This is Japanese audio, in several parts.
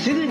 役立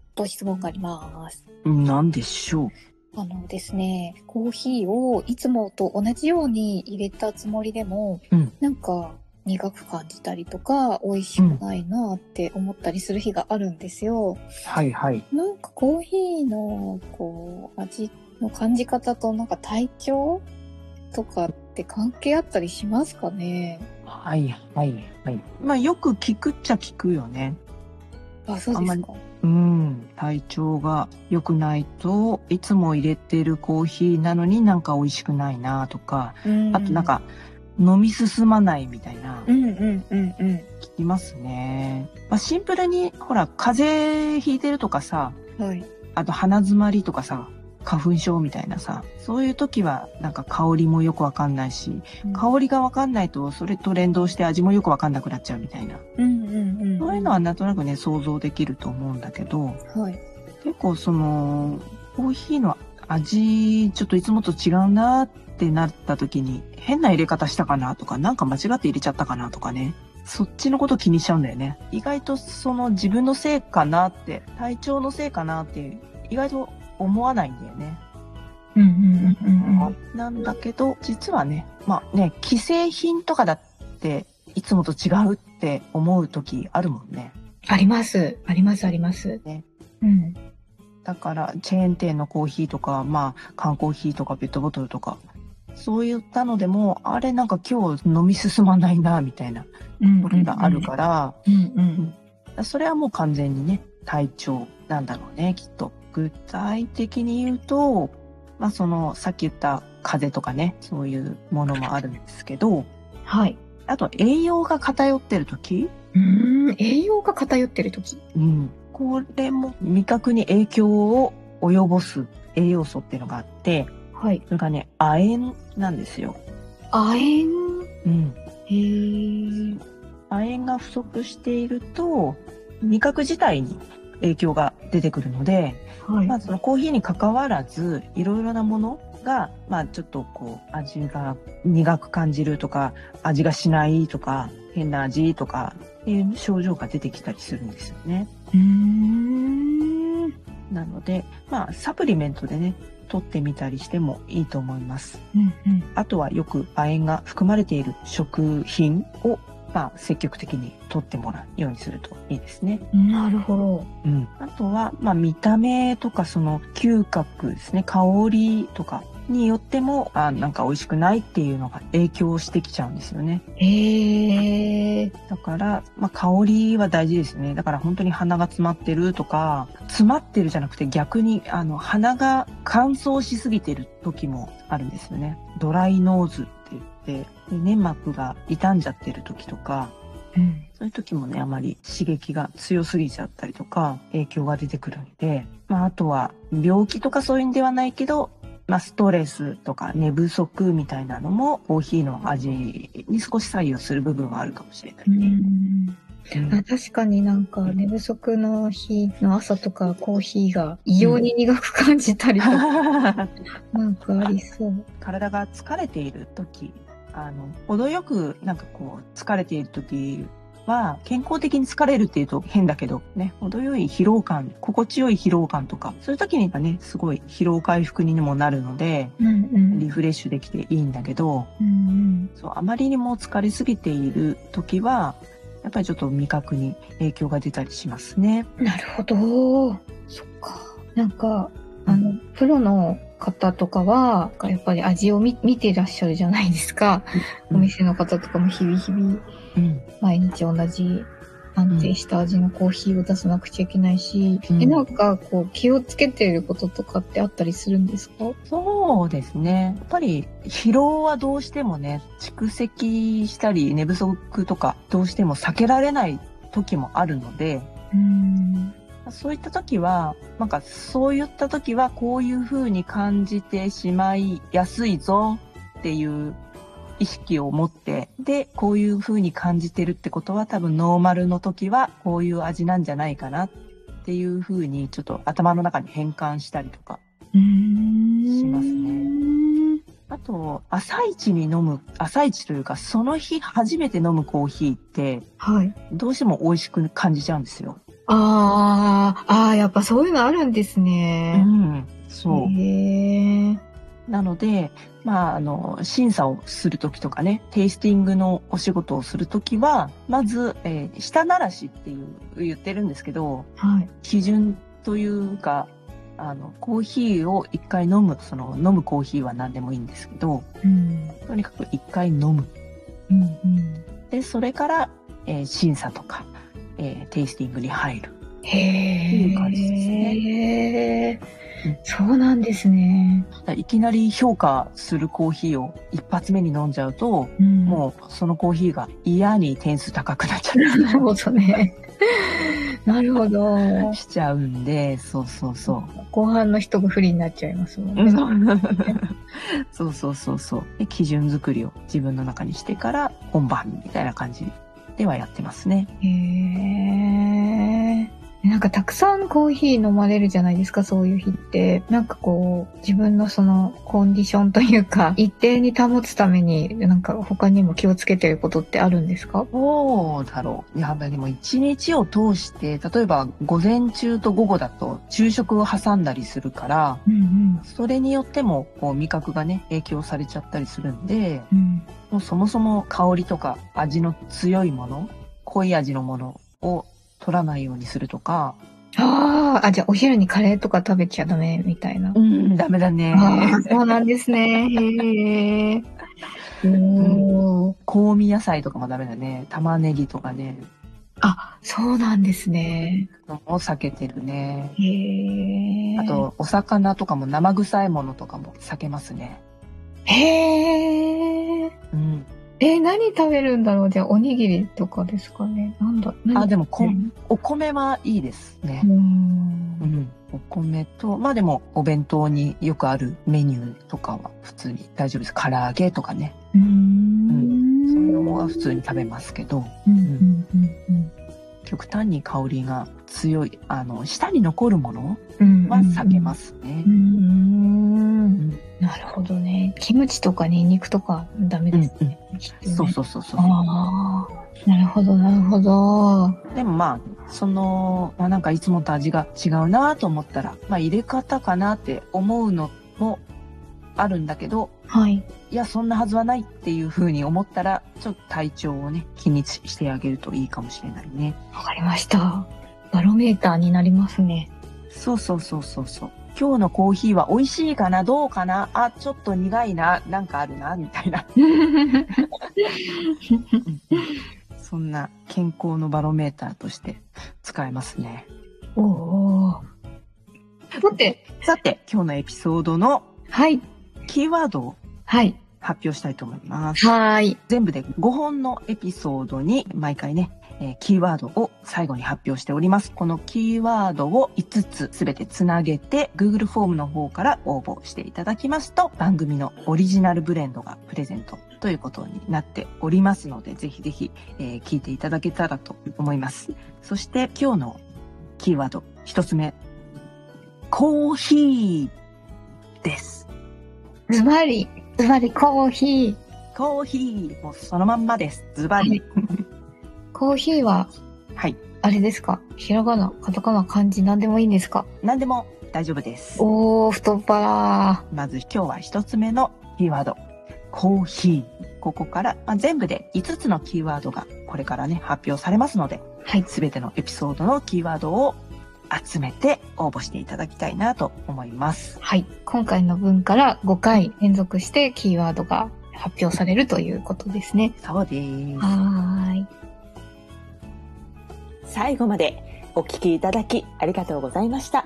と質問があります。何でしょうあのですね、コーヒーをいつもと同じように入れたつもりでも、うんなんか苦く感じたりとか、美味しくないなって思ったりする日があるんですよ。はいはいなんかコーヒーのこう味の感じ方となんか体調とかって関係あったりしますかねはいはいはい。まあよく聞くっちゃ聞くよね。あ、そうですか。うん。体調が良くないといつも入れてるコーヒーなのになんか美味しくないなとか、うんあとなん。か飲み進まないみたいなうんうんうんうん聞きますね。まあシンプルにほら風邪ひいてるとかさ、。はい。あと鼻詰まりとかさ、花粉症みたいなさ、そういう時はなんか香りもよくわかんないし、香りがわかんないとそれと連動して味もよくわかんなくなっちゃうみたいな。うんうんうん。そういうのはなんとなくね、想像できると思うんだけど、はい。結構その、コーヒーの味、ちょっといつもと違うなってなった時に、変な入れ方したかなとか、なんか間違って入れちゃったかなとかね。そっちのこと気にしちゃうんだよね。意外とその自分のせいかなって、体調のせいかなって、意外と思わないんだよね。うんうんうんうん。なんだけど、実はね、まあね、既製品とかだって、いつもと違うって思う時あるもんね。あります。ありますあります。ねうん。だからチェーン店のコーヒーとか、まあ、缶コーヒーとかペットボトルとかそういったのでもあれなんか今日飲み進まないなみたいなうんこれがあるから、うんうん。それはもう完全にね体調なんだろうねきっと。具体的に言うと、まあ、そのさっき言った風邪とかねそういうものもあるんですけどはい。あと栄養が偏ってる時、うーん。栄養が偏ってる時。うん、これも味覚に影響を及ぼす栄養素っていうのがあって。はい。それがね、亜鉛なんですよ。亜鉛。うん。へー。亜鉛が不足していると、味覚自体に影響が出てくるので、はい。まあそのコーヒーに関わらず、いろいろなものが、まあちょっとこう、味が苦く感じるとか、味がしないとか、変な味とか、っていう症状が出てきたりするんですよね。うーん。なので、まあサプリメントでね、取ってみたりしてもいいと思います。うんうん。あとはよく亜鉛が含まれている食品を、まあ、積極的に取ってもらうようにするといいですね。なるほど。うん。あとは、まあ、見た目とかその嗅覚ですね、香りとかによっても、あなんか美味しくないっていうのが影響してきちゃうんですよね。へえ。だから、まあ、香りは大事ですね。だから本当に鼻が詰まってるとか、詰まってるじゃなくて逆に、あの、鼻が乾燥しすぎてる時もあるんですよね。ドライノーズって言って、で粘膜が傷んじゃってる時とか、うん。そういう時もね、あまり刺激が強すぎちゃったりとか、影響が出てくるんで、まあ、あとは病気とかそういうんではないけど、まあ、ストレスとか寝不足みたいなのも、コーヒーの味に少し左右する部分はあるかもしれないね。うんあ確かになんか寝不足の日の朝とかコーヒーが異様に苦く感じたりとか、なんかあり そう。体が疲れている時あの程よくなんかこう疲れている時は健康的に疲れるっていうと変だけどね程よい疲労感心地よい疲労感とかそういう時にはねすごい疲労回復にもなるのでうんうんリフレッシュできていいんだけどうんそうあまりにも疲れすぎている時はやっぱりちょっと味覚に影響が出たりしますね。うん。なるほど。そっか。なんかあの、プロの方とかは、やっぱり味を見見ていらっしゃるじゃないですか。うんお店の方とかも日々日々、うん。毎日同じ安定した味のコーヒーを出さなくちゃいけないし、うんえなんかこう気をつけていることとかってあったりするんですかそうですね。やっぱり疲労はどうしてもね、蓄積したり寝不足とかどうしても避けられない時もあるので、うん。そういった時は、なんかそういった時はこういう風に感じてしまいやすいぞっていう意識を持って、で、こういう風に感じてるってことは多分ノーマルの時はこういう味なんじゃないかなっていう風にちょっと頭の中に変換したりとかしますね。あと、朝一に飲む、朝一というかその日初めて飲むコーヒーってはい。どうしても美味しく感じちゃうんですよ。あー、あー、やっぱそういうのあるんですうね。ん、そう。へー。なので、まあ、あの、審査をするときとかね、テイスティングのお仕事をするときは、まず、えー舌ならしっていう、言ってるんですけど、はい。基準というか、あの、コーヒーを一回飲む、その、飲むコーヒーは何でもいいんですけど、うん。とにかく一回飲む。うん。うん。で、それから、えー審査とか、えーテイスティングに入る。へいう感じですねうん。そうなんですね。だからいきなり評価するコーヒーを一発目に飲んじゃうと、うんもうそのコーヒーが嫌に点数高くなっちゃう。なるほど ね。なるほど。しちゃうんで、そうそうそう。後半の人が不利になっちゃいますもんね。そうそうそうそう。で基準作りを自分の中にしてから本番みたいな感じではやってますね。へえ。なんかたくさんコーヒー飲まれるじゃないですか、そういう日って。なんかこう、自分のそのコンディションという か、一定に保つために、なんか他にも気をつけてることってあるんですかどうだろう。やっぱりでも一日を通して、例えば午前中と午後だと昼食を挟んだりするから、うんそれによってもこう味覚がね、影響されちゃったりするんで、うん。うん。もうそもそも香りとか味の強いもの、濃い味のものを取らないようにするとか、ああ、あ、じゃあお昼にカレーとか食べちゃダメみたいな。うん、ダメだね。ああ、そうなんですね。へえ。おー香味野菜とかもダメだね。玉ねぎとかね。そうなんですね。を避けてるね。へえ。あ、と、お魚とかも生臭いものとかも避けますね。へえ。うん。えー、何食べるんだろうじゃあ、おにぎりとかですかね。なんだ、何あ、でもこ、うんお米はいいですねう。。うんん。お米と、まあでも、お弁当によくあるメニューとかは普通に大丈夫です。唐揚げとかね。うん。そういうのは普通に食べますけど、うん。うん。うん。極端に香りが強い、あの、舌に残るものうん。。は避けますすねう。ん。んなるほどね。キムチとかニンニクとかダメですね。きっとねそうそうそうそう。ああ。なるほど、なるほど。でもまあ、その、まあなんかいつもと味が違うなと思ったら、まあ入れ方かなって思うのもあるんだけど、はい。いや、そんなはずはないっていう風に思ったら、ちょっと体調をね、気にしてあげるといいかもしれないね。わかりました。バロメーターになりますね。 そうそうそうそうそう。今日のコーヒーは美味しいかなどうかなあ、ちょっと苦いななんかあるなみたいな。そんな健康のバロメーターとして使えますね。おお。だって、さて、今日のエピソードのはい。キーワードをはい。発表したいと思います。はーい。全部で5本のエピソードに毎回ね、えーキーワードを最後に発表しております。このキーワードを5つすべてつなげて Google フォームの方から応募していただきますと番組のオリジナルブレンドがプレゼントということになっておりますのでぜひぜひ、えー聞いていただけたらと思います。そして今日のキーワード1つ目、コーヒーです。つまり、つまりコーヒー。コーヒー、もうそのまんまです。ズバリ。コーヒーは、はい。あれですかひらがな、カタカナ、漢字、なんでもいいんですか何でも大丈夫です。おー、太っ腹。まず今日は一つ目のキーワード。コーヒー。ここから、まあ、全部で5つのキーワードがこれからね、発表されますので、はい。すべてのエピソードのキーワードを集めて応募していただきたいなと思います。はい。今回の分から5回連続してキーワードが発表されるということですね。そうです。はーい。最後までお聞きいただきありがとうございました。